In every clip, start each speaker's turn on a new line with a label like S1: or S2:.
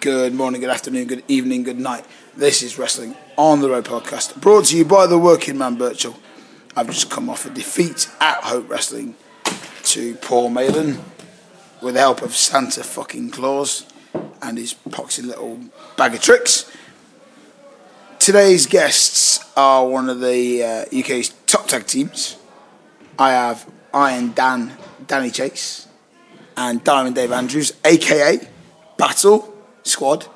S1: Good morning, good afternoon, good evening, good night. This is Wrestling on the Road podcast, brought to you by the Working Man Birchall. I've just come off a defeat at Hope Wrestling to Paul Malin with the help of Santa fucking Claus and his poxy little bag of tricks. Today's guests are one of the uh, UK's top tag teams. I have Iron Dan, Danny Chase, and Diamond Dave Andrews, aka Battle Squad.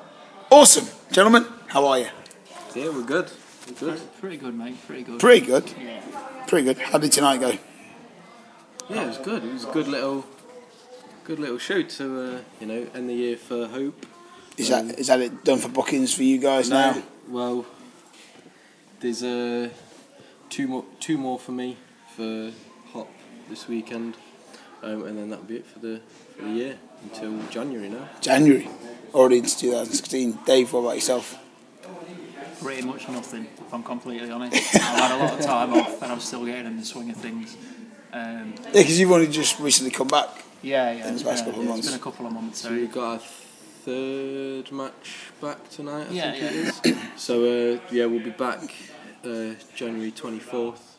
S1: Awesome, gentlemen. How are you?
S2: Yeah, we're good. We're good.
S3: Pretty good, mate. Pretty good.
S1: Pretty good.
S3: yeah.
S1: Pretty good. How did tonight go?
S2: Yeah, it was good. It was a good little, good little show to uh, you know end the year for Hope.
S1: Is that is that it done for bookings for you guys now?
S2: Well, there's uh, two more, two more for me for Hop this weekend, um, and then that'll be it for the for the year until January now.
S1: January, already into 2016. Dave, what about yourself?
S3: Pretty much nothing, if I'm completely honest. I've had a lot of time off and I'm still getting in the swing of things. Um,
S1: Yeah, because you've only just recently come back.
S3: yeah, yeah.
S1: In the
S3: It's been,
S1: past
S3: a,
S1: couple of months.
S3: it's been a couple of months.
S2: So
S3: So,
S2: we got our third match back tonight. I
S3: Yeah,
S2: think it is. so uh, yeah, we'll be back uh, January twenty fourth.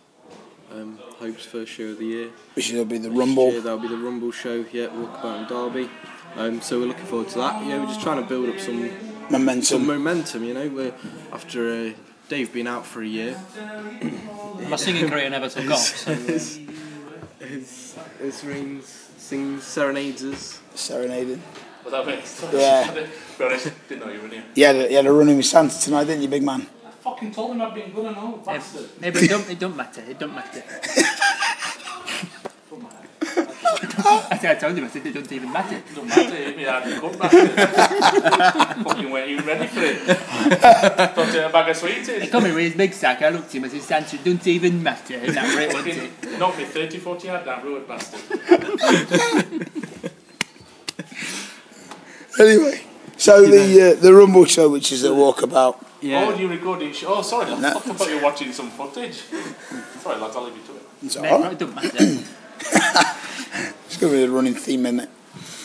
S2: Um, Hope's first show of the year.
S1: Which will be the
S2: Next
S1: Rumble.
S2: year, that'll be the Rumble show, yeah, Walkabout and Derby. Um, so we're looking forward to that. Yeah, we're just trying to build up some some
S1: momentum.
S2: momentum, you know. We're after uh, Dave been out for a year.
S3: my singing career never took off. So,
S2: his, his, his rings sings serenades us.
S1: Serenading.
S4: Was that it?
S1: Yeah.
S4: to be honest, didn't know you were in here.
S1: You had, a, you had a run in with Santa tonight, didn't you, big man?
S4: I fucking told him I'd been good and all, bastard.
S3: yeah, but it don't, it don't matter. It don't matter. I think I told you, I think it doesn't even matter.
S4: Doesn't matter, he me hard to come bastard. fucking weren't even ready for it. Thought you had a bag of sweets
S3: He
S4: in.
S3: come in with his big sack, I looked at him and said, Santa, it doesn't even matter. And that were it, wasn't it?
S4: Fucking Knocked me 30, 40 yard down road, bastard.
S1: Anyway, so the uh, the Rumble show, which is a walkabout.
S4: Oh, you recording? sh- Oh, sorry, I fucking thought you were watching some footage. Sorry, lads, I'll leave you to it.
S1: It's
S3: Mate,
S1: alright.
S3: right, it don't matter.
S1: It's going to be a running theme, isn't it?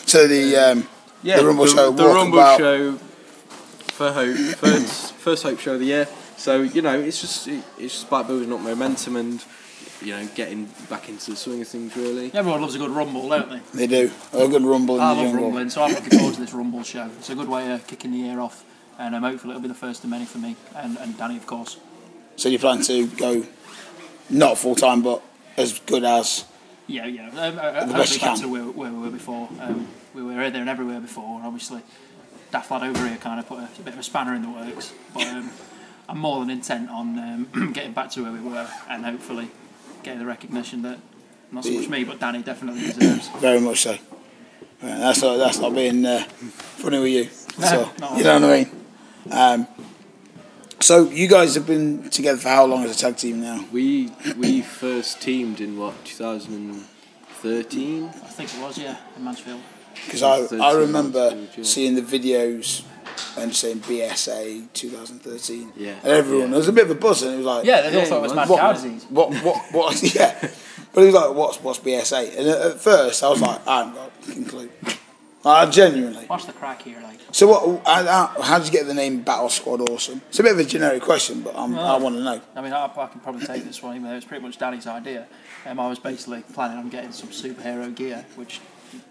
S1: So the um,
S2: Yeah,
S1: the Rumble show,
S2: The Rumble
S1: walkabout.
S2: show for Hope, first, first Hope show of the year. So you know, it's just it, it's just about building up momentum and you know getting back into the swing of things really.
S3: Everyone loves a good rumble, don't
S1: They
S3: they?
S1: do. A good Rumble in
S3: I
S1: the
S3: love
S1: jungle.
S3: rumbling, so I'm looking forward to this rumble show. It's a good way of kicking the year off, and um, hopefully it'll be the first of many for me and, and Danny, of course.
S1: So you plan to go, not full time, but as good as.
S3: Yeah, yeah. Um, uh, uh,
S1: the
S3: hopefully
S1: best you
S3: get
S1: can.
S3: to where, where we were before. Um, we were here, there, and everywhere before. and Obviously, Daft Lad over here kind of put a, a bit of a spanner in the works, but um, I'm more than intent on um, getting back to where we were and hopefully getting the recognition that not so much me, but Danny definitely deserves.
S1: Very much so. Yeah, that's not that's not being uh, funny with you.
S3: No,
S1: So,
S3: no.
S1: you know what I mean. Um, so you guys have been together for how long as a tag team now?
S2: We we first teamed in what 2013.
S3: I think it was, yeah, in Mansfield.
S1: Because I I
S2: 13
S1: remember
S2: months, yeah.
S1: seeing the videos and saying BSA 2013.
S2: Yeah.
S1: And everyone
S2: Yeah.
S1: there was a bit of a buzz, and it was like
S3: Yeah, they all
S2: Yeah,
S3: thought it
S2: it
S3: was
S2: was.
S3: Mad
S1: what,
S3: Cow disease.
S1: what, what, what, yeah. But he was like, what's, what's BSA? And at, at first, I was like, I haven't got a fucking clue. Like, I genuinely.
S3: Watch the crack here, like.
S1: So, what, how- how, how did you get the name Battle Squad Awesome? It's a bit of a generic question, but I'm, I
S3: Well-
S1: want to know.
S3: I mean, I, I can probably take this one, even though it's pretty much Danny's idea. Um, I was basically planning on getting some superhero gear, which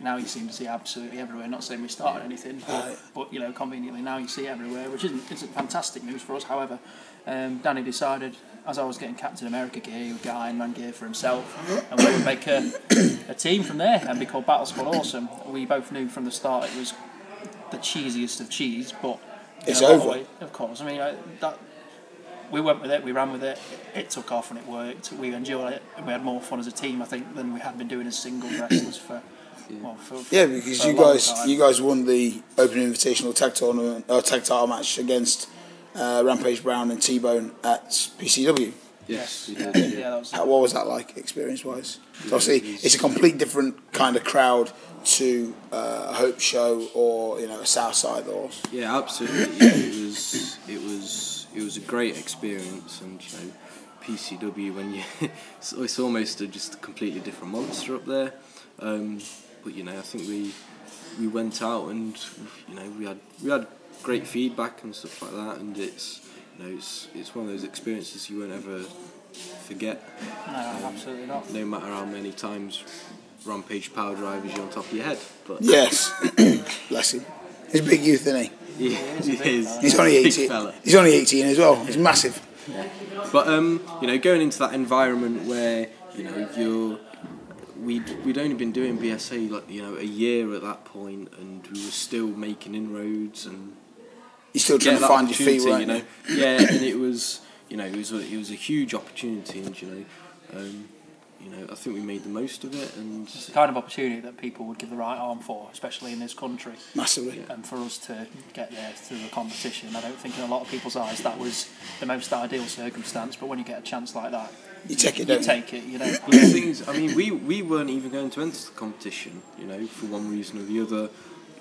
S3: now you seem to see absolutely everywhere. Not saying we started anything, but,
S1: Right.
S3: but you know, conveniently now you see it everywhere, which isn't isn't fantastic news for us. However, um, Danny decided as I was getting Captain America gear, he would get Iron Man gear for himself, and we would make a, a team from there and be called Battle Squad Awesome. We both knew from the start it was the cheesiest of cheese, but in
S1: It's
S3: a lot of
S1: over.
S3: way- Of course, I mean I, that we went with it, we ran with it, it took off and it worked. We enjoyed it, and we had more fun as a team, I think, than we had been doing as single wrestlers for. Well, for,
S1: Yeah,
S3: for
S1: because
S3: a
S1: you
S3: long
S1: guys
S3: time.
S1: you guys won the Open Invitational Tag Tournament or Tag Title match against uh, Rampage Brown and T Bone at PCW.
S2: Yes. we
S3: yeah,
S2: did,
S3: yeah, that was
S1: How, what was that like, experience wise? Obviously, it's a complete different kind of crowd to uh, a Hope Show or you know a Southside or
S2: Yeah, absolutely. Yeah, it was it was it was a great experience, and you know, PCW when you it's, it's almost a, just a completely different monster up there. Um, but you know, I think we we went out and you know we had we had great feedback and stuff like that, and it's you know it's it's one of those experiences you won't ever forget.
S3: No, absolutely not.
S2: No matter how many times Rampage Power Drive is you on top of your head, but
S1: Yes. Bless him. He's a big youth, isn't he?
S2: he
S3: is
S2: is.
S3: a big
S1: He's
S3: fella.
S1: only
S2: Big
S1: 18.
S2: fella.
S1: He's only 18 as well. He's massive.
S2: But um, you know, going into that environment where you know you're, we'd we'd only been doing BSA like you know a year at that point, and we were still making inroads and
S1: He's still trying
S2: getting
S1: to
S2: that
S1: find your feet,
S2: opportunity,
S1: right?
S2: you know. yeah, and it was you know it was a, it was a huge opportunity, and you know, um, you know I think we made the most of it, and
S3: It's the kind of opportunity that people would give the right arm for, especially in this country.
S1: Massively.
S3: And for us to get there through a competition, I don't think in a lot of people's eyes that was the most ideal circumstance. But when you get a chance like that,
S1: You take it,
S3: you
S1: don't you?
S3: take it. You know,
S2: Well, the things. I mean, we we weren't even going to enter the competition, you know, for one reason or the other.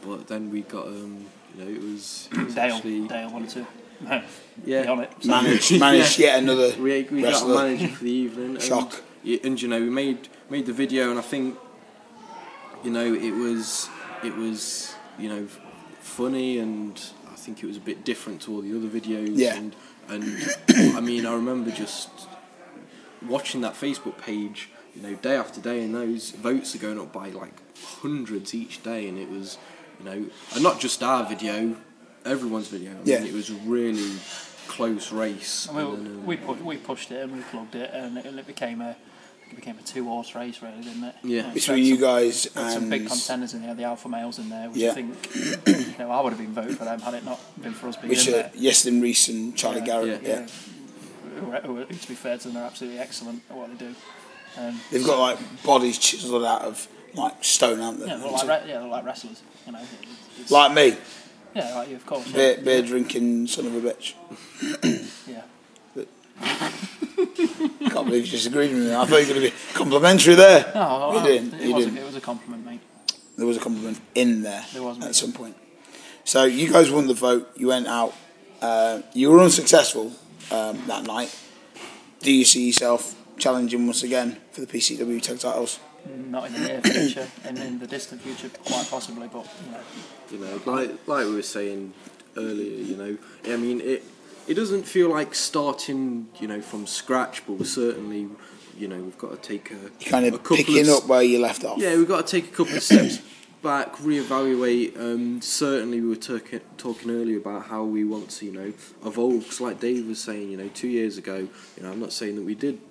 S2: But then we got, um, you know, it was, it was
S3: Dale,
S2: actually-
S3: Dale wanted to no,
S2: yeah,
S3: be on it. So
S1: Manage, manage yet another
S2: We, we got a
S1: wrestler.
S2: manager for the evening.
S1: Shock.
S2: And, y- and you know, we made made the video, and I think, you know, it was it was you know f- funny, and I think it was a bit different to all the other videos.
S1: Yeah.
S2: And and I mean, I remember just watching that Facebook page, you know, day after day, and those votes are going up by like hundreds each day, and it was, you know, and not just our video, everyone's video. I mean,
S1: Yeah.
S2: It was a really close race.
S3: And we,
S2: and
S1: uh,
S2: then, um,
S3: we, pu- we pushed it and we plugged it, and it, and it became a it became a two horse race, really, didn't it?
S2: Yeah.
S3: we
S1: Between
S3: had
S1: you
S3: some-
S1: guys
S3: had some big
S1: and
S3: contenders in there, the alpha males in there, which
S1: Yeah.
S3: I think you know I would have been voted for them had it not been for us being in
S1: Richard,
S3: there.
S1: Yestin Reese and Charlie
S3: Yeah.
S1: Garrett. Yeah.
S3: Who are- who are- to be fair to them, they're absolutely excellent at what they do. Um,
S1: They've got like bodies chiseled out of like stone, haven't they?
S3: yeah, they're like, re- yeah, they're like wrestlers, you know. It's-
S1: Like me,
S3: yeah, like you, of course.
S1: beer,
S3: Yeah.
S1: beer drinking son of a bitch.
S3: yeah.
S1: Can't believe you disagreed with me. I thought you were going to be complimentary there.
S3: No, I-
S1: You
S3: I-
S1: didn't,
S3: It,
S1: you
S3: was
S1: didn't.
S3: A, it was a compliment, mate.
S1: There was a compliment in there.
S3: There was,
S1: at
S3: mate.
S1: some point. So you guys won the vote. You went out. Uh, you were unsuccessful um, that night. Do you see yourself challenging once again for the PCW tag titles?
S3: Not in the near future, and in the distant future, quite possibly, but you know.
S2: you know, like like we were saying earlier, you know, I mean it it doesn't feel like starting, you know, from scratch, but we're certainly, you know, we've got to take a,
S1: You're kind
S2: a
S1: of
S2: couple
S1: picking
S2: of
S1: up where you left off.
S2: yeah, we've got to take a couple of steps back, reevaluate. Um, certainly, we were talking talking earlier about how we want to, you know, evolve. 'Cause like Dave was saying, you know, two years ago, you know, I'm not saying that we did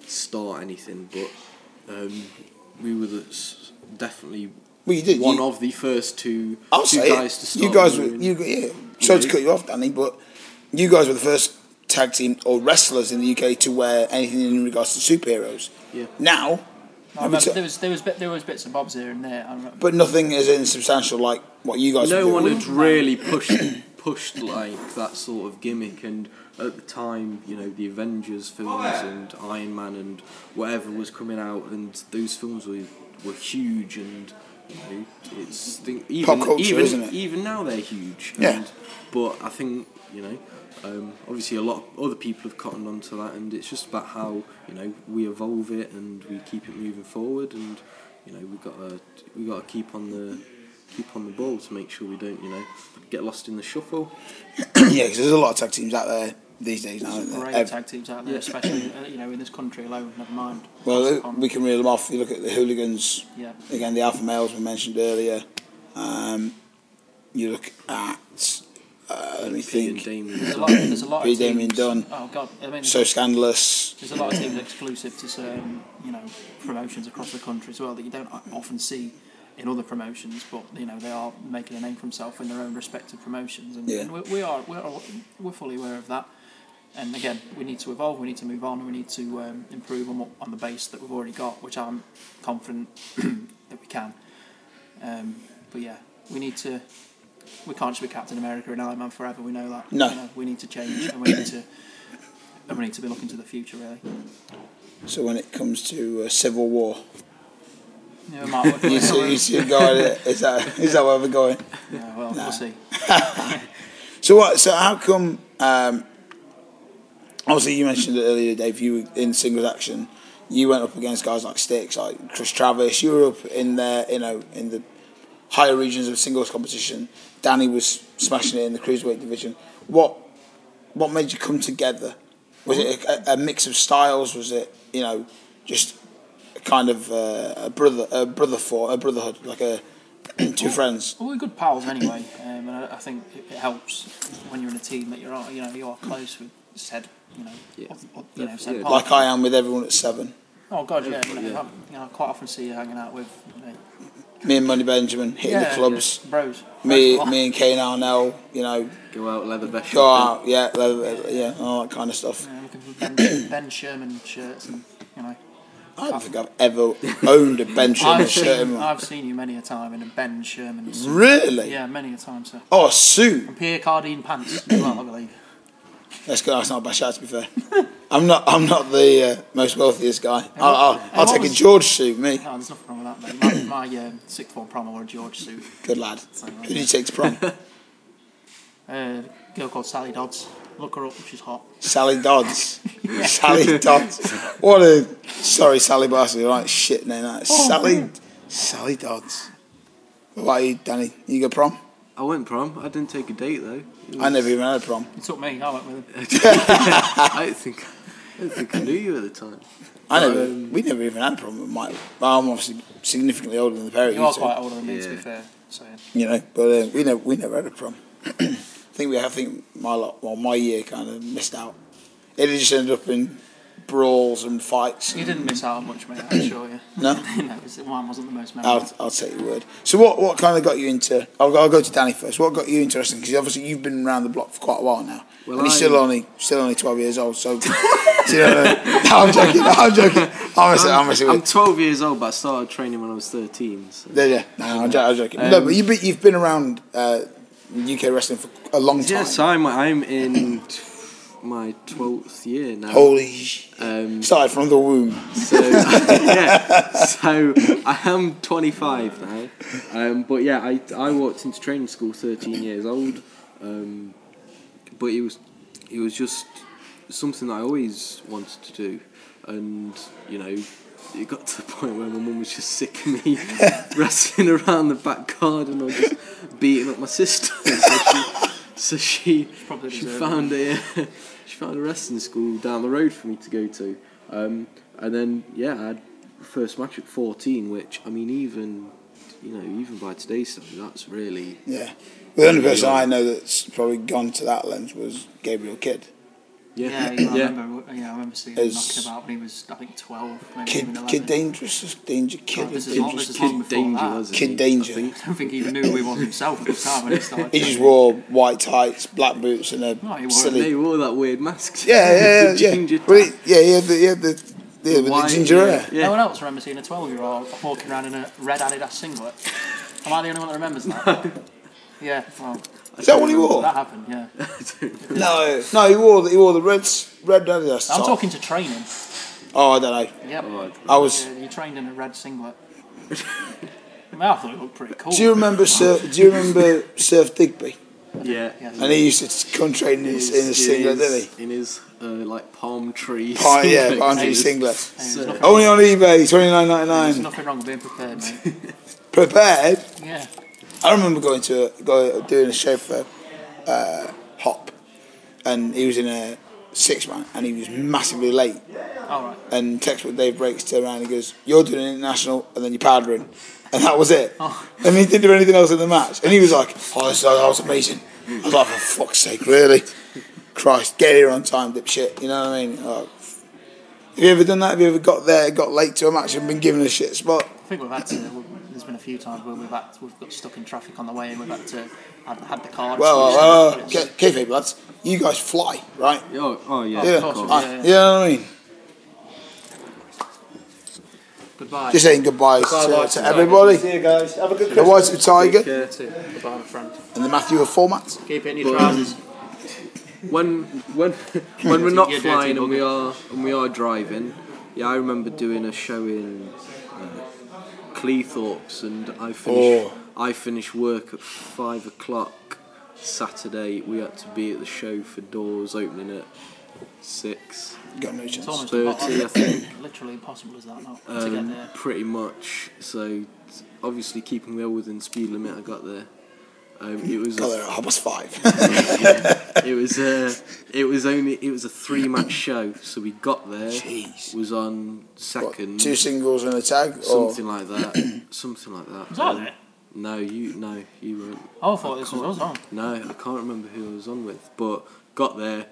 S2: start anything, but um, we were the, s- definitely
S1: Well, you did.
S2: one
S1: you,
S2: of the first two,
S1: I'll
S2: two
S1: say
S2: guys
S1: it.
S2: to start.
S1: you guys were.
S2: doing-
S1: You, yeah. Sorry to cut you off, Danny, but you guys were the first tag team or wrestlers in the UK to wear anything in regards to superheroes.
S2: Yeah.
S1: Now,
S3: I
S1: I mean,
S3: remember
S1: so-
S3: there was there was bit, there was bits and bobs here and there. I remember,
S1: but nothing is insubstantial like what you guys.
S2: no
S1: were
S2: one
S1: doing.
S2: had really pushed pushed like that sort of gimmick and at the time you know the avengers films and iron man and whatever was coming out and those films were were huge and you know, it's think, even
S1: culture,
S2: even,
S1: isn't it?
S2: even now they're huge
S1: Yeah.
S2: and, but i think you know um, obviously a lot of other people have cottoned onto that and it's just about how you know we evolve it and we keep it moving forward and you know we got to we got to keep on the keep on the ball to make sure we don't you know get lost in the shuffle
S1: yeah, because there's a lot of tag teams out there these days now.
S3: There's
S1: isn't there?
S3: great
S1: Uh, Ev-
S3: tag teams out there, especially uh, you know in this country alone. Never mind.
S1: well, uh,
S3: Um,
S1: we can reel them off. You look at the hooligans.
S3: yeah,
S1: Again, the alpha males we mentioned earlier. Um, you look at. Uh, let me
S2: Pete and
S1: think.
S3: there's a
S2: Damien.
S3: lot. There's a lot
S1: Be
S3: of
S1: Damien
S3: teams.
S1: Dunn.
S3: Oh God, I mean,
S1: So scandalous.
S3: there's a lot of teams exclusive to certain you know promotions across the country as well that you don't o- often see in other promotions. But you know they are making a name for themselves in their own respective promotions, and,
S1: Yeah.
S3: and we, we are we're we're fully aware of that. And again, we need to evolve. We need to move on. and We need to um, improve on what, on the base that we've already got, which I'm confident that we can. Um, but yeah, we need to. We can't just be Captain America and Iron Man forever. We know that.
S1: No.
S3: You know, we need to change, and we need to. And we need to be looking to the future, really.
S1: So when it comes to uh, civil war,
S3: Yeah, Mark, what-
S1: you see, you see it going. Is that is that where we're going?
S3: yeah, well, we'll see.
S1: So what? So how come? Um, obviously, you mentioned it earlier, Dave. You were in singles action. You went up against guys like Sticks, like Chris Travis. You were up in there, you know, in the higher regions of singles competition. Danny was smashing it in the cruiserweight division. What what made you come together? Was it a, a mix of styles? Was it you know just a kind of uh, a brother a brother for a brotherhood like a two friends?
S3: Well, we're good pals anyway, um, and I, I think it, it helps when you're in a team that you're you know you are close with said you know
S2: Yeah.
S3: of- of- you know said
S2: Yeah.
S3: partner.
S1: Like I am with everyone at seven.
S3: Oh God, yeah. You know,
S2: Yeah.
S3: I'm- you know, I quite often see you hanging out with you know,
S1: Me and Money Benjamin hitting
S3: yeah,
S1: the clubs.
S3: yeah, bros.
S1: Me,
S3: Bros.
S1: me and Kane Arnell, you know,
S2: Go out, leather vest.
S1: go
S2: shopping.
S1: out, yeah, yeah, yeah, all that kind of stuff.
S3: Yeah, looking for Ben, ben Sherman shirts and you know.
S1: I don't think I've ever owned a Ben Sherman
S3: I've
S1: shirt.
S3: seen,
S1: in my-
S3: I've seen you many a time in a Ben Sherman suit.
S1: Really?
S3: Yeah, many a time, sir.
S1: Oh, a suit.
S3: Pierre Cardine pants as well, I believe.
S1: That's good. That's not a bad shout. To be fair, I'm not. I'm not the uh, most wealthiest guy. I'll, I'll, I'll
S3: what
S1: take a
S3: was-
S1: George suit. Me,
S3: No, there's nothing wrong with that, mate. My, my um, sixth form prom, I wore a George suit.
S1: good lad. Who do you take to prom?
S3: Uh, a girl called Sally Dodds. Look her up, she's hot.
S1: Sally Dodds. Sally Dodds. What a sorry, Sally Barsley. Right, shit name. That.
S3: Oh,
S1: Sally. Sally Dodds. What about you, Danny? You go prom?
S2: I went prom. I didn't take a date though. It
S1: I
S2: was-
S1: never even had a prom.
S3: It took me, I went with her.
S2: I don't think. I don't think I knew you at the time.
S1: I never. we never even had a prom. with Mike. Well, I'm obviously significantly older than the pair of
S3: You
S1: you.
S3: are
S1: two,
S3: quite older than me, to be
S2: Yeah.
S3: fair. So,
S1: you know, but uh, we never we never had a prom. I think we. I think my lot. Well, my year kind of missed out. It just ended up in brawls and fights.
S3: you didn't miss out on much, mate, I assure you.
S1: No. Oh,
S3: no, 'cause mine wasn't the most memorable.
S1: I'll, I'll take your word. So what, what kind of got you into? I'll, go- I'll go to Danny first. What got you into wrestling? Because obviously you've been around the block for quite a while now,
S2: Well,
S1: and he's
S2: I-
S1: still only still only twelve years old. So, do you know what I mean? no, I'm joking. No, I'm joking. I'm messing- I'm messing
S2: I'm
S1: with.
S2: 12 years old, but I started training when I was 13. So.
S1: Yeah, yeah. No, I'm, jo- I'm joking. no,
S2: Um,
S1: but you've been, you've been around uh, UK wrestling for a long time.
S2: Yes, I'm. I'm in my 12th year now.
S1: Holy. sh-
S2: Um,
S1: Started from the womb.
S2: So yeah, so I am 25 now, um, but yeah, I I walked into training school 13 years old, um, but it was it was just something that I always wanted to do, and you know. It got to the point where my mum was just sick of me wrestling around the back garden or just beating up my sister. So she, so she,
S3: probably
S2: she
S3: deserved it.
S2: found a she found a wrestling school down the road for me to go to. Um, and then yeah, I had first match at 14, which I mean even you know even by today's standards, that's really
S1: Yeah. The only person I know that's probably gone to that length was Gabriel Kidd.
S3: Yeah,
S2: yeah
S3: yeah, I remember. Yeah, I remember seeing him
S1: It's-
S3: knocking about when he was, I think, twelve, maybe even
S1: Kid,
S3: eleven.
S1: Kid Dangerous, is Danger Kid.
S3: Oh, this is
S2: Kid,
S3: long- this is
S2: Kid
S3: long before
S2: danger,
S3: that.
S2: wasn't
S1: Kid
S2: he?
S1: Danger.
S2: I think.
S3: I don't think he even knew who he was himself at the time when he started.
S1: He just wore white tights, black boots, and a
S3: No, he wore-
S1: silly.
S2: They wore that weird mask.
S1: Yeah, yeah,
S2: The
S1: yeah.
S2: ginger
S1: yeah. Well, he- yeah, he had the, he had the, yeah, with the
S2: wide-
S1: ginger hair. Oh,
S2: Yeah.
S3: No one else remembers seeing a twelve-year-old walking around in a red Adidas singlet. Am I the only one that remembers that? yeah, well,
S1: Is that what he
S3: that
S1: wore?
S3: happened. Yeah, I'm
S1: No, no, he wore the, he wore the red s- red Adidas. top.
S3: talking to training.
S1: Oh, I don't know.
S3: Yep.
S2: Oh, God.
S1: I was.
S3: Yeah, you trained in a red singlet. I, mean, I thought it looked pretty cool.
S1: Do you remember Sir? Do you remember Surf Digby?
S2: yeah.
S3: Yes.
S1: And he used to come train in his, in his singlet, didn't he?
S2: In his uh, like palm tree.
S1: Oh, yeah,
S2: singlet.
S1: behind his
S2: Yes.
S1: singlet. Oh.
S3: There's
S2: So-
S3: nothing-
S1: Only on eBay, twenty nine ninety
S3: There's
S1: nine.
S3: nothing wrong with being prepared, mate.
S1: Prepared.
S3: Yeah.
S1: I remember going to a, go, doing a show for uh, Hop, and he was in a six man, and he was massively late.
S3: All right.
S1: And textbook Dave breaks turned around and he goes, "You're doing an international, and then you're powdering," and that was it.
S3: Oh.
S1: And he didn't do anything else in the match. And he was like, "Oh, this, that was amazing." I was like, "For fuck's sake, really? Christ, get here on time, dipshit." You know what I mean? Like, have you ever done that? Have you ever got there, got late to a match, and been given a shit spot?
S3: I think we've had to. we've- There's been a few times where we've had we've got stuck in traffic on the way and we've had to had, had the car.
S1: Well, uh, well,
S3: switched
S1: well,
S3: off,
S1: well,
S3: but
S1: okay,
S3: it's-
S1: okay, lads, you guys fly, right?
S2: Oh, oh yeah.
S1: Yeah,
S2: of
S3: course,
S2: course.
S1: I,
S3: yeah, yeah.
S1: you know what I mean.
S3: Goodbye.
S1: Just saying goodbye to, to everybody.
S3: you guys. Have a good
S1: The White of Tiger
S2: Yeah.
S3: Goodbye, my friend.
S1: and the Matthew of Formats.
S3: Keep it in your trousers.
S2: when when when we're not
S3: You're dirty
S2: flying and we
S3: bugger.
S2: are and we are driving, yeah, I remember doing a show in uh, Cleethorpes, and I finished
S1: Oh.
S2: I finished work at five o'clock Saturday. We had to be at the show for doors opening at six. six,
S1: Got no chance.
S3: It's almost
S2: 30,
S3: impossible.
S2: I think.
S3: literally impossible is that now to get
S2: um,
S3: there.
S2: pretty much. So t- obviously keeping well within speed limit, I got there. Um, it was
S1: Got
S2: a,
S1: there at half past five.
S2: it was a, it was only it was a three match show. So we got there.
S1: Jeez.
S2: Was on
S1: What,
S2: second.
S1: two singles and a tag? Or
S2: Something like that. something like that.
S3: Was I
S2: Um,
S3: there?
S2: No, you no, you weren't.
S3: Oh, I thought this was
S2: can't-
S3: us on.
S2: No, I can't remember who I was on with, but got there,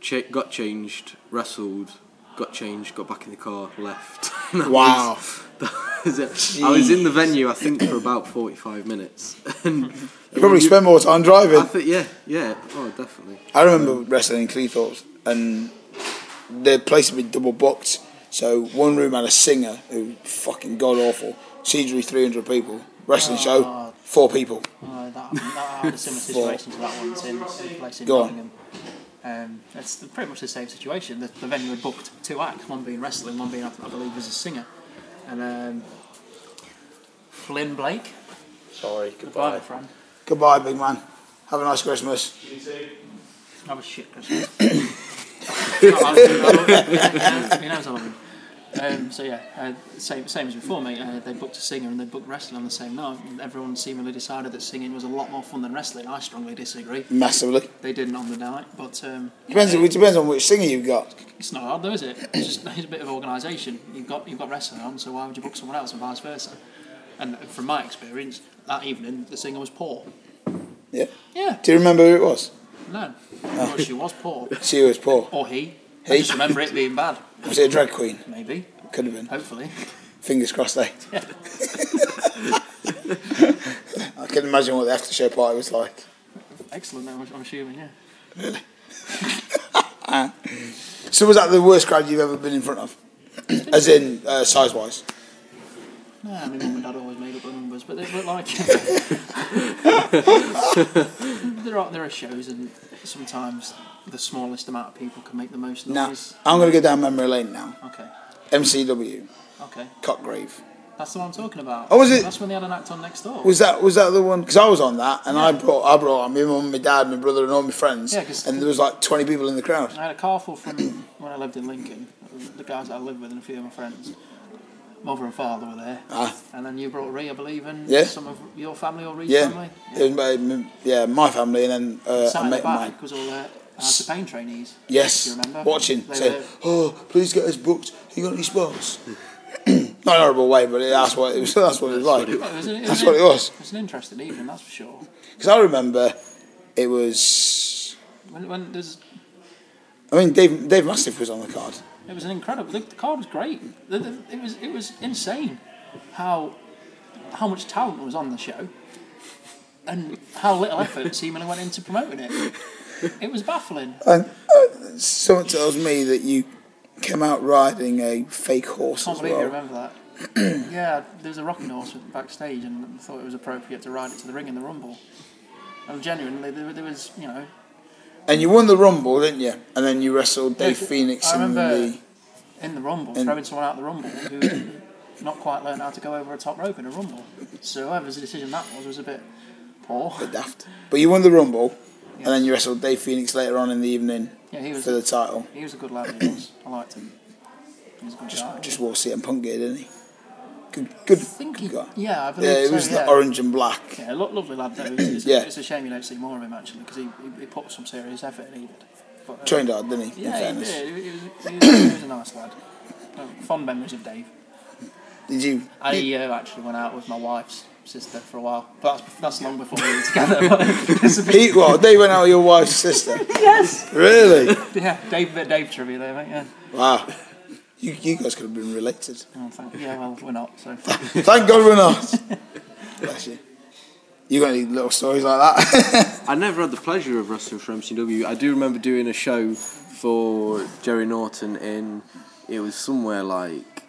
S2: cha- got changed, wrestled, got changed, got back in the car, left. And that
S1: Wow.
S2: was- that was it. I was in the venue, I think, for about forty-five minutes. And
S1: you probably spend more time driving.
S2: I think, yeah, yeah, oh, definitely.
S1: I remember wrestling in Cleethorpes, and the place had been double booked. So one room had a singer who was fucking god awful. She drew 300 people. Wrestling
S5: Ah.
S1: show, four people.
S3: Uh, that, that, I had a similar situation to that one in, in a place in
S1: Go on.
S3: Birmingham. Um, it's the- pretty much the same situation. The, the venue had booked two acts, one being wrestling, one being, I, I believe, was a singer. And um, Flynn Blake,
S5: Sorry,
S3: my
S5: goodbye.
S3: other friend,
S1: Goodbye, big man. Have a nice Christmas.
S3: I was shit Christmas. No, I love him, I love him. he knows I love him. Um, so yeah, uh, same same as before, mate. Uh, they booked a singer and they booked wrestling on the same night. And everyone seemingly decided that singing was a lot more fun than wrestling. I strongly disagree.
S1: Massively.
S3: They didn't on the night, but um,
S1: Depends, it depends on which singer you've got.
S3: It's not hard though, is it? It's just it's a bit of organisation. You've got you've got wrestling on, so why would you book someone else and vice versa? And from my experience, that evening the singer was poor.
S1: Yeah.
S3: Yeah,
S1: Do you remember who it was?
S3: no, well, she was poor,
S1: She was poor.
S3: or he. I
S1: He.
S3: just remember it being bad.
S1: Was it a drag queen?
S3: Maybe,
S1: Could have been.
S3: hopefully.
S1: Fingers crossed, eh? I can imagine what the after show party was like.
S3: Excellent. I'm, I'm assuming, yeah.
S1: So was that the worst crowd you've ever been in front of? As in uh, size wise?
S3: No, my mum and dad always made up the numbers, but they look like there are there are shows, and sometimes the smallest amount of people can make the most
S1: Now
S3: noise.
S1: I'm going to go down memory lane now.
S3: Okay,
S1: MCW,
S3: okay.
S1: Cockgrave.
S3: That's the one I'm talking about.
S1: Oh, was it?
S3: That's when they had an act on next door.
S1: Was that was that the one? Because I was on that, and I brought I brought on my mum, my dad, my brother, and all my friends,
S3: Yeah, 'cause-
S1: and there was like 20 people in the crowd.
S3: I had a car full from when I lived in Lincoln. The guys that I lived with and a few of my friends, mother and father were there.
S1: Ah.
S3: And then you brought Ree, I believe, and
S1: Yeah.
S3: some of your family or Ree's
S1: Yeah,
S3: family.
S1: It was my, my- yeah, my family, and then uh,
S3: Sat
S1: a
S3: in the
S1: mate of
S3: back
S1: mine.
S3: was all uh, House of Pain trainees.
S1: Yes,
S3: Do you remember?
S1: watching,
S3: They
S1: saying,
S3: were-
S1: "Oh, please get us booked. You got any spots?" Not in a horrible way, but that's what it was. That's what it was like.
S3: It was an- it was
S1: That's
S3: an-
S1: what it was.
S3: It was an interesting evening, that's for sure.
S1: Because I remember it was.
S3: When, when there's,
S1: I mean, Dave Dave Mastiff was on the card.
S3: it was an incredible. The, the card was great. The- the- it was it was insane how how much talent was on the show and how little effort seemingly went into promoting it. It was baffling.
S1: And uh, someone tells me that you came out riding a fake horse
S3: can't
S1: as
S3: believe you
S1: well.
S3: remember that. yeah, there was a rocking horse backstage, and I thought it was appropriate to ride it to the ring in the rumble. And genuinely, there, there was you know
S1: And you won the Rumble, didn't you? And then you wrestled Dave
S3: Yeah,
S1: Phoenix
S3: I
S1: in
S3: remember
S1: the.
S3: in the rumble,
S1: And-
S3: throwing someone out of the rumble who not quite learned how to go over a top rope in a rumble. So whoever's decision that was was a bit poor.
S1: bit daft. But you won the Rumble,
S3: Yeah.
S1: and then you wrestled Dave Phoenix later on in the evening
S3: Yeah, he was
S1: for the title.
S3: he was a good lad. He was. I liked him. He was a good
S1: Just
S3: guy.
S1: just wore CM Punk gear, didn't he? Good, good,
S3: I think he,
S1: good guy.
S3: yeah, I believe
S1: Yeah, it
S3: so,
S1: was
S3: yeah.
S1: the orange and black.
S3: Yeah, lo- lovely lad though. It's,
S1: Yeah.
S3: yeah. it's a shame you don't see more of him actually because he, he, he put some serious effort in. He did. But, uh,
S1: Trained hard, didn't he? in
S3: Yeah, he
S1: fairness.
S3: did. He, he, was, he, was, he was a nice lad. Um, Fond memories of Dave.
S1: Did you?
S3: I uh, actually went out with my wife's sister for a while, but that's, that's long before we were together. but it's a bit-
S1: He, well, they went out with your wife's sister.
S3: yes.
S1: Really?
S3: Yeah, Dave, bit Dave trivia there, mate. Yeah.
S1: Wow. You, you guys could have been related.
S3: Oh, thank, yeah, well, we're not. So
S1: Thank God we're not. Bless you. You got any little stories like that?
S2: I never had the pleasure of wrestling for MCW. I do remember doing a show for Jerry Norton in it was somewhere like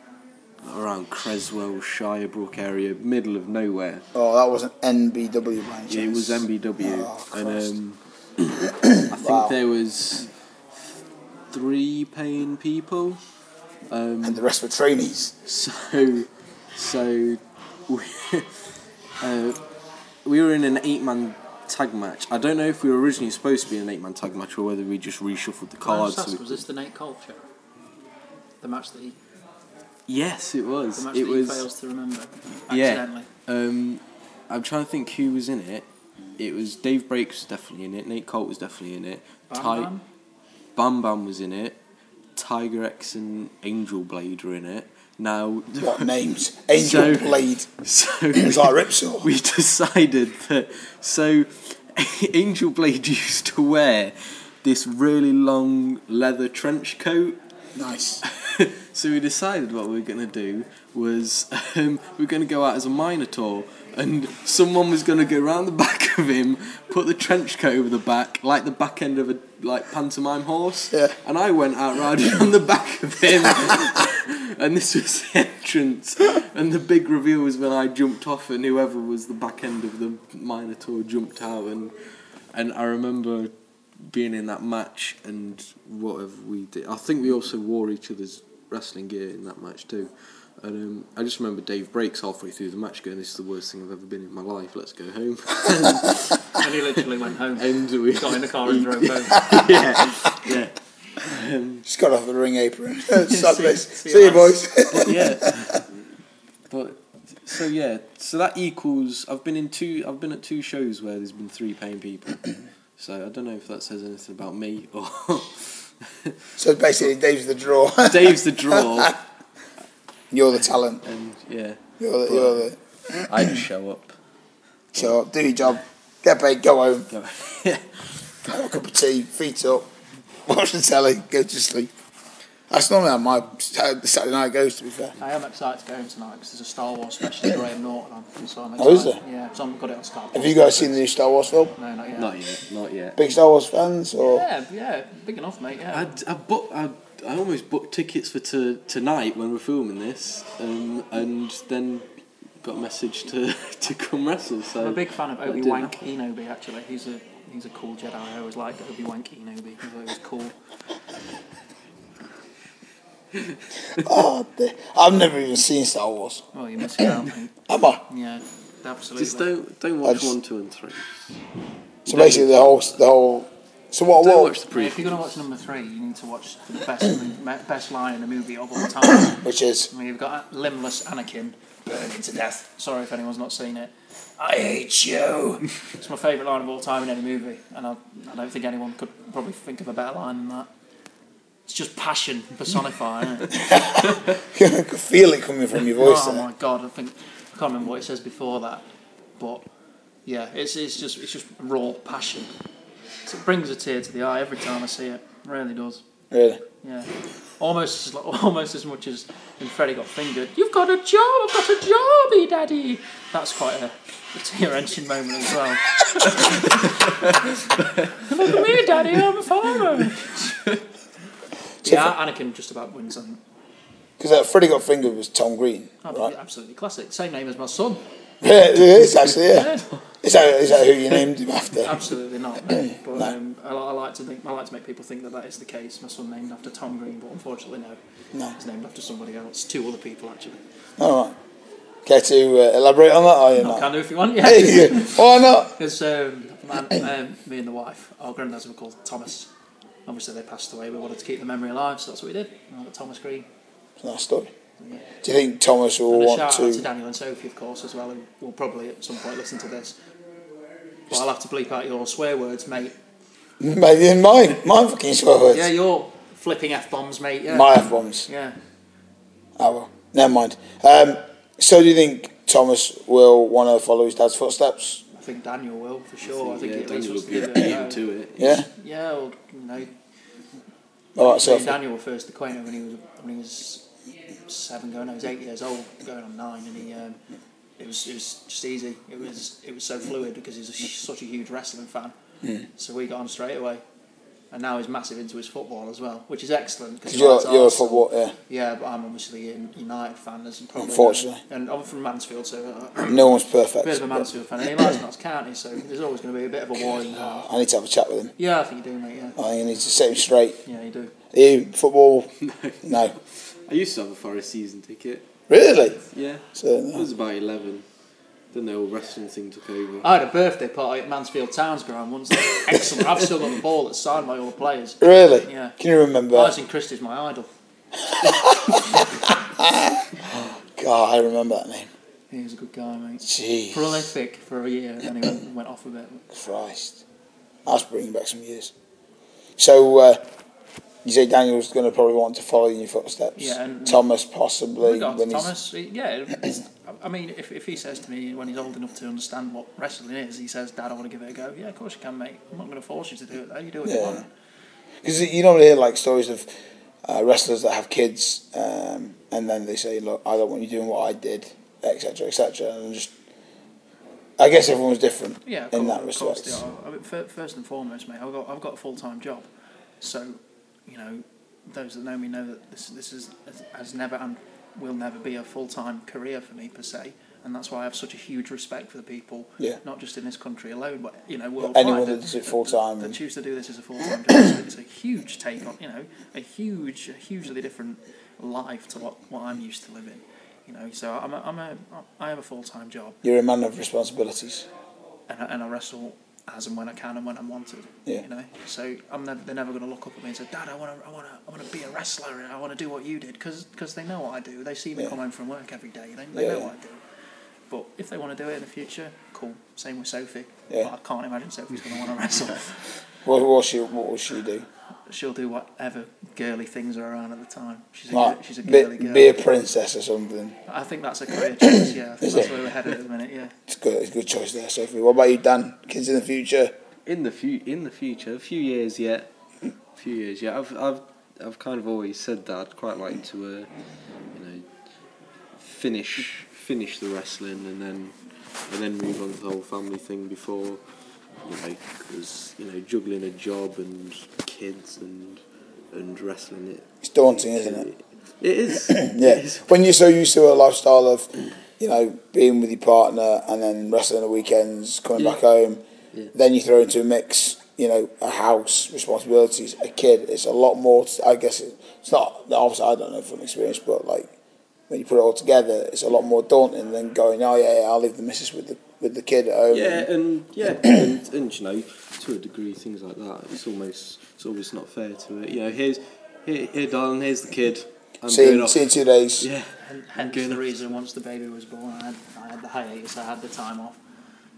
S2: around Creswell, Shirebrook area, middle of nowhere.
S1: oh, that wasn't NBW by any
S2: It was
S1: chance.
S2: MBW,
S1: Oh, Christ.
S2: and um, I think
S1: Wow.
S2: there was three paying people. Um,
S1: And the rest were trainees.
S2: so, so we, uh, we were in an eight-man tag match. I don't know if we were originally supposed to be an eight man tag match or whether we just reshuffled the cards. so we-
S3: was this the Nate Cole show? The match that he,
S2: yes, it
S3: the
S2: was.
S3: match
S2: It
S3: that he
S2: was.
S3: fails to remember
S2: Yeah.
S3: accidentally.
S2: Um, I'm trying to think who was in it. It was Dave Brakes was definitely in it. Nate Colt was definitely in it.
S3: Bam
S2: Ty-
S3: Bam?
S2: Bam Bam was in it. Tiger X and Angel Blade were in it. Now,
S1: What names? Angel
S2: So-
S1: Blade.
S2: so
S1: It was like Ripsaw.
S2: we decided that so Angel Blade used to wear this really long leather trench coat.
S1: Nice.
S2: so we decided what we were going to do was um, we were going to go out as a minotaur and someone was going to go round the back of him put the trench coat over the back like the back end of a like pantomime horse
S1: Yeah.
S2: and i went out riding on the back of him and this was the entrance and the big reveal was when i jumped off and whoever was the back end of the minotaur jumped out and and i remember being in that match and whatever we did. I think we also wore each other's wrestling gear in that match too. And um, I just remember Dave Breaks halfway through the match going, "This is the worst thing I've ever been in my life. Let's go home."
S3: And he literally went home,
S2: and we
S3: got in the car and drove home.
S2: yeah, yeah,
S1: Just got off the ring apron. Saturdays.
S3: see
S1: See,
S3: you
S1: you,
S3: lads.
S1: boys.
S2: but yeah. But so yeah, so that equals. I've been in two. I've been at two shows where there's been three paying people. So I don't know if that says anything about me or
S1: so basically, Dave's the draw.
S2: Dave's the draw,
S1: you're the talent.
S2: and yeah,
S1: You're the, you're the
S2: I just show up.
S1: show up, do your job, get paid, go home,
S2: Go.
S1: have a cup of tea, feet up, watch the telly, go to sleep. That's normally how my Saturday Saturday night goes. To be fair,
S3: I am excited to go home tonight because there's a Star Wars special with Graham Norton on. So I'm
S1: Oh, is
S3: excited. Yeah, so I've got it on Star
S1: have you guys seen the new Star Wars film?
S3: No, not yet.
S2: Not yet. Not yet.
S1: Big Star Wars fans, or
S3: Yeah, yeah, big enough, mate. Yeah.
S2: I, I booked. I, I almost booked tickets for to, tonight when we're filming this, um, and then got a message to, to come wrestle. So
S3: I'm a big fan of
S2: that
S3: Obi
S2: didn't
S3: Wan
S2: happen.
S3: Kenobi. Actually, he's a he's a cool Jedi. I always liked Obi Wan Kenobi. He's always cool.
S1: oh, the- I've never even seen Star Wars.
S3: Well, you miss it out. mate.
S1: Have I?
S3: Yeah, absolutely.
S2: Just don't don't watch
S1: just-
S2: one, two, and three.
S1: So basically, the whole, the whole. So what?
S2: Don't
S1: what
S2: watch the
S3: Yeah, if
S2: preview.
S3: you're gonna watch number three, you need to watch the best mo- best line in a movie of all time.
S1: Which is
S3: I mean, you've got limbless Anakin burning to death. Sorry if anyone's not seen it. I hate you. it's my favourite line of all time in any movie, and I, I don't think anyone could probably think of a better line than that. It's just passion personified. isn't it?
S1: I could feel it coming from your voice.
S3: Oh
S1: there.
S3: my god! I think I can't remember what it says before that, but yeah, it's it's just it's just raw passion. So it brings a tear to the eye every time I see it. Really does.
S1: Really?
S3: Yeah, almost as lo- almost as much as when Freddie got fingered. You've got a job. I've got a jobby, daddy. That's quite a, a tear wrenching moment as well. Look at me, daddy. I'm a farmer. yeah, Anakin just about wins. I think.
S1: Because uh, Freddie Got Fingered was Tom Green,
S3: Ab-
S1: right?
S3: Absolutely classic. Same name as my son.
S1: Yeah, it is actually. Yeah.
S3: Yeah.
S1: Is that, is that who you named him after?
S3: Absolutely not. no. But
S1: No.
S3: um, I, li- I like to think I like to make people think that that is the case. My son named after Tom Green, but unfortunately, no.
S1: No.
S3: He's named after somebody else. Two other people actually.
S1: All right. Care to uh, elaborate on that? Are you
S3: I
S1: not?
S3: can do if you want.
S1: Hey,
S3: Yeah.
S1: yeah. Why not?
S3: Because um, man, um, me and the wife, our granddads were called Thomas. Obviously, they passed away. We wanted to keep the memory alive, so that's what we did. And I got Thomas Green.
S1: It's a Nice story. Do you think Thomas will
S3: And a
S1: want
S3: shout out to
S1: to?
S3: Daniel and Sophie, of course, as well, who will probably at some point listen to this. But I'll have to bleep out your swear words, mate.
S1: Maybe in mine. Mine fucking swear words.
S3: Yeah, your flipping f bombs, mate. Yeah.
S1: My F bombs.
S3: yeah.
S1: Oh well. Never mind. Um, so do you think Thomas will want to follow his dad's footsteps?
S3: I think Daniel will for sure. I think,
S2: yeah,
S3: he at least
S2: Daniel would
S3: wants to
S2: be
S3: give it a
S2: game
S3: go.
S2: to it.
S1: Yeah.
S3: Yeah, well, you know,
S1: All right. So
S3: so Daniel was first acquainted when he was when he was seven, going on, he was eight years old, going on nine, and he um, it was it was just easy. It was it was so fluid because he was a, hu- such a huge wrestling fan. So we got on straight away, and now he's massive into his football as well, which is excellent because
S1: you're, you're a football. Yeah.
S3: Yeah, but I'm obviously a United fan, as probably
S1: Unfortunately.
S3: and I'm from Mansfield, so uh,
S1: No one's
S3: a bit
S1: perfect.
S3: of a Mansfield fan. And he likes Notts County, so there's always going to be a bit of a war in uh, there.
S1: I need to have a chat with him.
S3: Yeah, I think you do, mate. Yeah,
S1: I think he needs to set him straight.
S3: yeah, you do.
S1: He football? No.
S2: I used to have a Forest season ticket.
S1: Really?
S2: Yeah,
S1: So,
S2: I was about eleven. Then the whole wrestling thing took over.
S3: I had a birthday party at Mansfield Town's ground once. Excellent. I've still got the ball that's signed by all the players.
S1: Really?
S3: Yeah.
S1: Can you remember?
S3: Martin Christie's my idol.
S1: God, I remember that name.
S3: He was a good guy, mate.
S1: Jeez.
S3: Prolific for a year, and then he went, went off a bit.
S1: Christ. That's bringing back some years. So, uh, you say Daniel's going to probably want to follow in your footsteps.
S3: Yeah, and-
S1: Thomas possibly.
S3: Regard
S1: when
S3: to
S1: he's-
S3: Thomas, he- yeah. it's- I mean, if, if he says to me when he's old enough to understand what wrestling is, he says, "Dad, I want to give it a go." Yeah, of course you can, mate. I'm not going to force you to do it though. You do what you
S1: Yeah.
S3: want.
S1: Because you normally hear like stories of uh, wrestlers that have kids, um, and then they say, "Look, I don't want you doing what I did," etc., etc. And just, I guess everyone's different
S3: Yeah, of
S1: in
S3: course,
S1: that
S3: of course
S1: respect.
S3: they are. I mean, fir- first and foremost, mate, I've got I've got a full time job, so you know, those that know me know that this this is has never and will never be a full time career for me per se, and that's why I have such a huge respect for the people,
S1: Yeah.
S3: not just in this country alone, but you know,
S1: But
S3: worldwide.
S1: anyone that does it full time,
S3: that
S1: and
S3: choose to do this as a full time job. So it's a huge take on, you know, a huge, a hugely different life to what, what I'm used to living. You know, so I'm a, I'm a I have a full time job
S1: you're a man of responsibilities.
S3: and I, and I wrestle as and when I can and when I'm wanted.
S1: Yeah.
S3: You know, so I'm never, they're never going to look up at me and say, "Dad, I want to, I want to, I want to be a wrestler and I want to do what you did," because they know what I do. They see me
S1: Yeah.
S3: come home from work every day. They, they know
S1: Yeah.
S3: what I do. But if they want to do it in the future, cool. Same with Sophie.
S1: Yeah.
S3: But I can't imagine Sophie's going to want to wrestle.
S1: What will she? What will she do?
S3: she'll do whatever girly things are around at the time. She's a,
S1: Like,
S3: gir- she's a
S1: be,
S3: girly girl.
S1: be a princess or something.
S3: I think that's a career choice, yeah. I think
S1: Is
S3: that's
S1: it?
S3: where we're headed at the minute, yeah.
S1: It's good. It's a good choice there, Sophie. What about you, Dan? Kids in the future.
S2: in the few in the future, a few years yet, a few years yet. I've I've I've kind of always said that I'd quite like to, uh, you know, finish finish the wrestling and then and then move on to the whole family thing before, you know, because you know juggling a job and kids and and wrestling it.
S1: It's daunting, isn't it?
S2: It is.
S1: Yeah.
S2: It is.
S1: When you're so used to a lifestyle of, you know, being with your partner and then wrestling on the weekends, coming
S2: Yeah.
S1: back home,
S2: Yeah.
S1: then you throw into a mix, you know, a house, responsibilities, a kid. It's a lot more, to, I guess, it- it's not, no, obviously, I don't know from experience, but like, when you put it all together, it's a lot more daunting than going, oh, yeah, yeah I'll leave the missus with the, with the kid at home.
S2: Yeah, and yeah, and, and you know, to a degree, things like that. It's almost it's almost not fair to it. You know, here's here, here darling, here's the kid. I'm
S1: see,
S2: going
S1: you,
S2: off.
S1: see you in two days.
S2: Yeah,
S3: And hence
S2: Good.
S3: the reason once the baby was born, I had, I had the hiatus, I had the time off.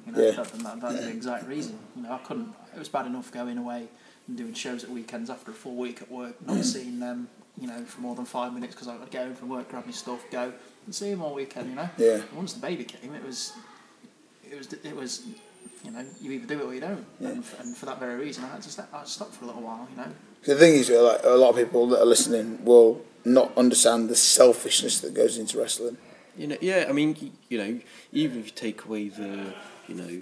S3: You know,
S1: Yeah.
S3: that, that, that's the exact reason. You know, I couldn't, it was bad enough going away and doing shows at weekends after a full week at work,
S1: Mm.
S3: not seeing them, you know, for more than five minutes because I'd go home from work, grab my stuff, go and see them all weekend, you know.
S1: Yeah.
S3: And once the baby came, it was, it was, it was, you know, you either do it or you don't. And, f- and for that very reason, I had to stop, I stopped for a little while, you know.
S1: The thing is, like, a lot of people that are listening will not understand the selfishness that goes into wrestling.
S2: you know, yeah. I mean, y- you know, even if you take away the, you know,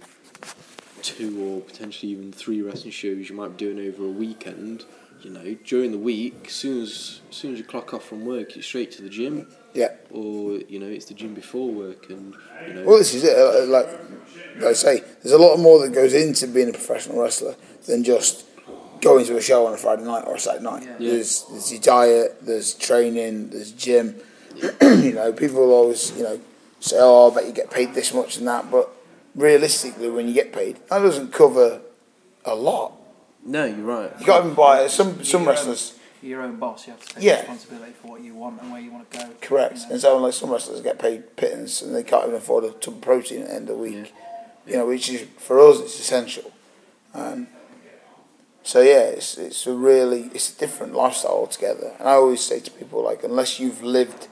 S2: two or potentially even three wrestling shows you might be doing over a weekend. You know, during the week, soon as soon as you clock off from work, it's straight to the gym,
S1: Yeah.
S2: or you know, it's the gym before work, and you know.
S1: Well, this is it. uh, Like, like I say, there's a lot more that goes into being a professional wrestler than just going to a show on a Friday night or a Saturday night.
S3: Yeah.
S2: Yeah.
S1: There's, there's your diet, there's training, there's gym. you know, people will always, you know, say, oh, I bet you get paid this much and that. But realistically, when you get paid, that doesn't cover a lot.
S2: no, you're right.
S1: you got to buy some, some
S3: Your own-
S1: wrestlers.
S3: You're your own boss. You have to take
S1: Yeah.
S3: responsibility for what you want and where you want to go.
S1: Correct.
S3: you know.
S1: And so, like some wrestlers get paid pittance and they can't even afford a tub of protein at the end of the week. You know, which is for us, it's essential. Um, so yeah, it's it's a really it's a different lifestyle altogether. And I always say to people like, unless you've lived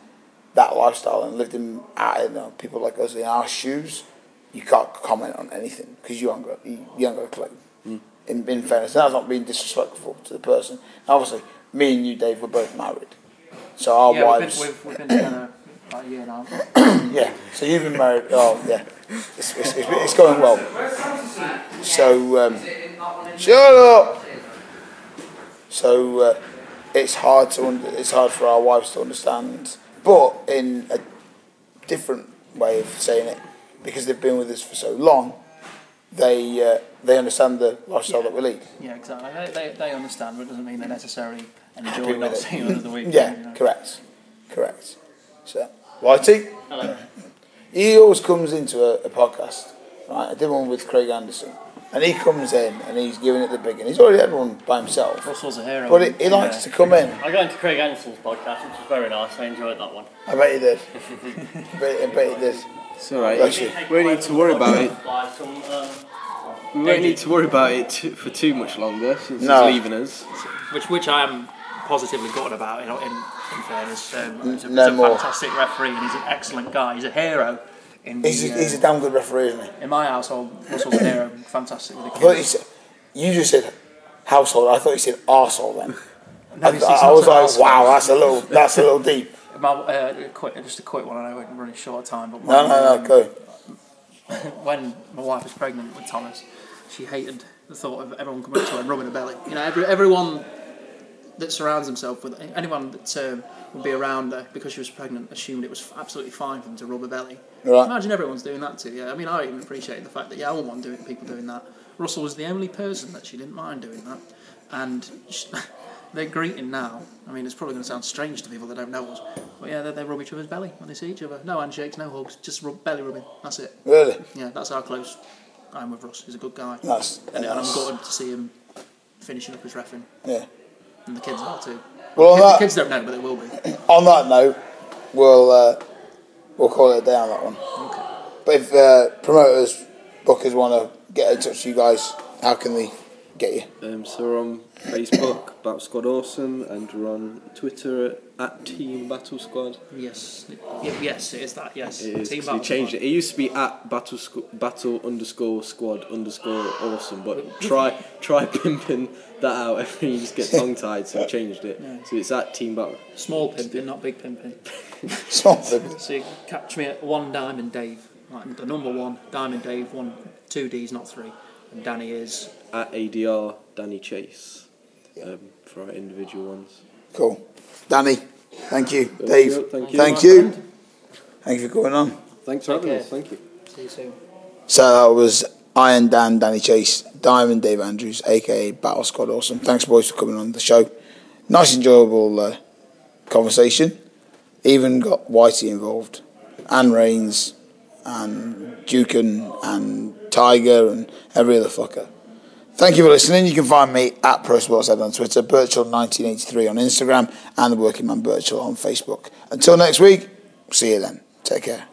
S1: that lifestyle and lived in, I don't know, people like us in our shoes, you can't comment on anything because you ain't got you, you ain't got a clue. In, in fairness, and that's not being disrespectful to the person. Obviously, me and you, Dave, we're both married, so our
S3: yeah,
S1: wives.
S3: We've been, we've, we've been together about a year now.
S1: Yeah, so you've been married. Oh, yeah. It's, it's, it's, it's going well. So, um, shut up! So, uh, it's hard to under, it's hard for our wives to understand, but in a different way of saying it, because they've been with us for so long, they uh, they understand the lifestyle that we lead.
S3: Yeah, exactly. They, they, they understand, but it doesn't mean they necessarily enjoy
S1: with
S3: not
S1: it.
S3: seeing another week.
S1: Yeah, correct, correct. So, righty. He always comes into a, a podcast. Right, I did one with Craig Anderson, and he comes in and he's giving it the big, and he's already had one by himself.
S3: Russell's a hero.
S1: But he, he likes to come in.
S5: I got into Craig Anderson's podcast, which was very nice. I enjoyed that one.
S1: I bet he did. I bet, I bet he did.
S2: It's alright.
S1: Bless you.
S2: We don't need to worry about it.
S5: By some, um,
S2: We won't need to worry about it t- for too much longer since
S1: No.
S2: he's leaving us.
S3: which which I am positively gutted about. You know, in, in fairness, um, he's a,
S1: No
S3: he's a
S1: more.
S3: fantastic referee and he's an excellent guy. He's a hero. In, the,
S1: He's a,
S3: uh,
S1: he's a damn good referee, isn't he?
S3: in my household, Russell's a hero. Fantastic with the
S1: I thought you
S3: kids.
S1: said, you just said household. I thought you said arsehole then.
S3: No,
S1: I,
S3: he's- he's
S1: I was
S3: not an
S1: like,
S3: arsehole.
S1: wow, that's a little, that's a little deep.
S3: My, uh, quick, just a quick one. I know we're running short of time, but
S1: No, no, no, go.
S3: when my wife was pregnant with Thomas, she hated the thought of everyone coming up to her and rubbing her belly. You know, every, everyone that surrounds himself with anyone that um, would be around her because she was pregnant assumed it was absolutely fine for them to rub her belly.
S1: Right.
S3: Imagine everyone's doing that too. Yeah, I mean, I even appreciate the fact that yeah, I wouldn't want doing people doing that. Russell was the only person that she didn't mind doing that, and she, they're greeting now. I mean, it's probably going to sound strange to people that don't know us, but yeah, they, they rub each other's belly when they see each other. No handshakes, no hugs, just rub, belly rubbing. That's it.
S1: Really?
S3: Yeah, that's how close I'm with Russ. He's a good guy.
S1: That's-
S3: and, and I'm
S1: that's-
S3: gutted to see him finishing up his refereeing.
S1: Yeah.
S3: And the kids are too.
S1: Well, on
S3: the
S1: that,
S3: kids don't know, but they will be.
S1: on that note, we'll uh, we'll call it a day on that one. But if uh, promoters, bookers want to get in touch with you guys, how can they get you?
S2: Um, so we're on Facebook, Battle Squad Awesome, and we're on Twitter at Team Battle Squad.
S3: Yes. Y- Yes, it is that, yes.
S2: It is,
S3: Team
S2: 'cause they
S3: Battle
S2: changed
S3: Squad.
S2: it. It used to be at Battle Squ- Battle underscore Squad underscore Awesome, but try try pimping that out. Everyone just gets tongue tied, so we changed it. So it's at Team Battle.
S3: Small pimping, not big pimping.
S1: Something.
S3: So you catch me at one Diamond Dave. Like the number one, Diamond Dave, one, two D's, not three. And Danny is
S2: at ADR Danny Chase um, for our individual ones.
S1: Cool. Danny, thank you.
S2: Thank
S1: Dave,
S2: you, thank you.
S1: thank you. Thank you for coming on.
S2: Thanks for having
S3: Okay.
S2: us. Thank you.
S3: see you soon.
S1: So that was Iron Dan, Danny Chase, Diamond Dave Andrews, aka Battle Squad Awesome. Thanks, boys, for coming on the show. Nice, enjoyable uh, conversation. Even got Whitey involved, and Reigns, and Dukin, and Tiger, and every other fucker. Thank you for listening. You can find me at Pro Sports Head on Twitter, Birchall1983 on Instagram, and the Working Man Birchall on Facebook. Until next week, see you then. Take care.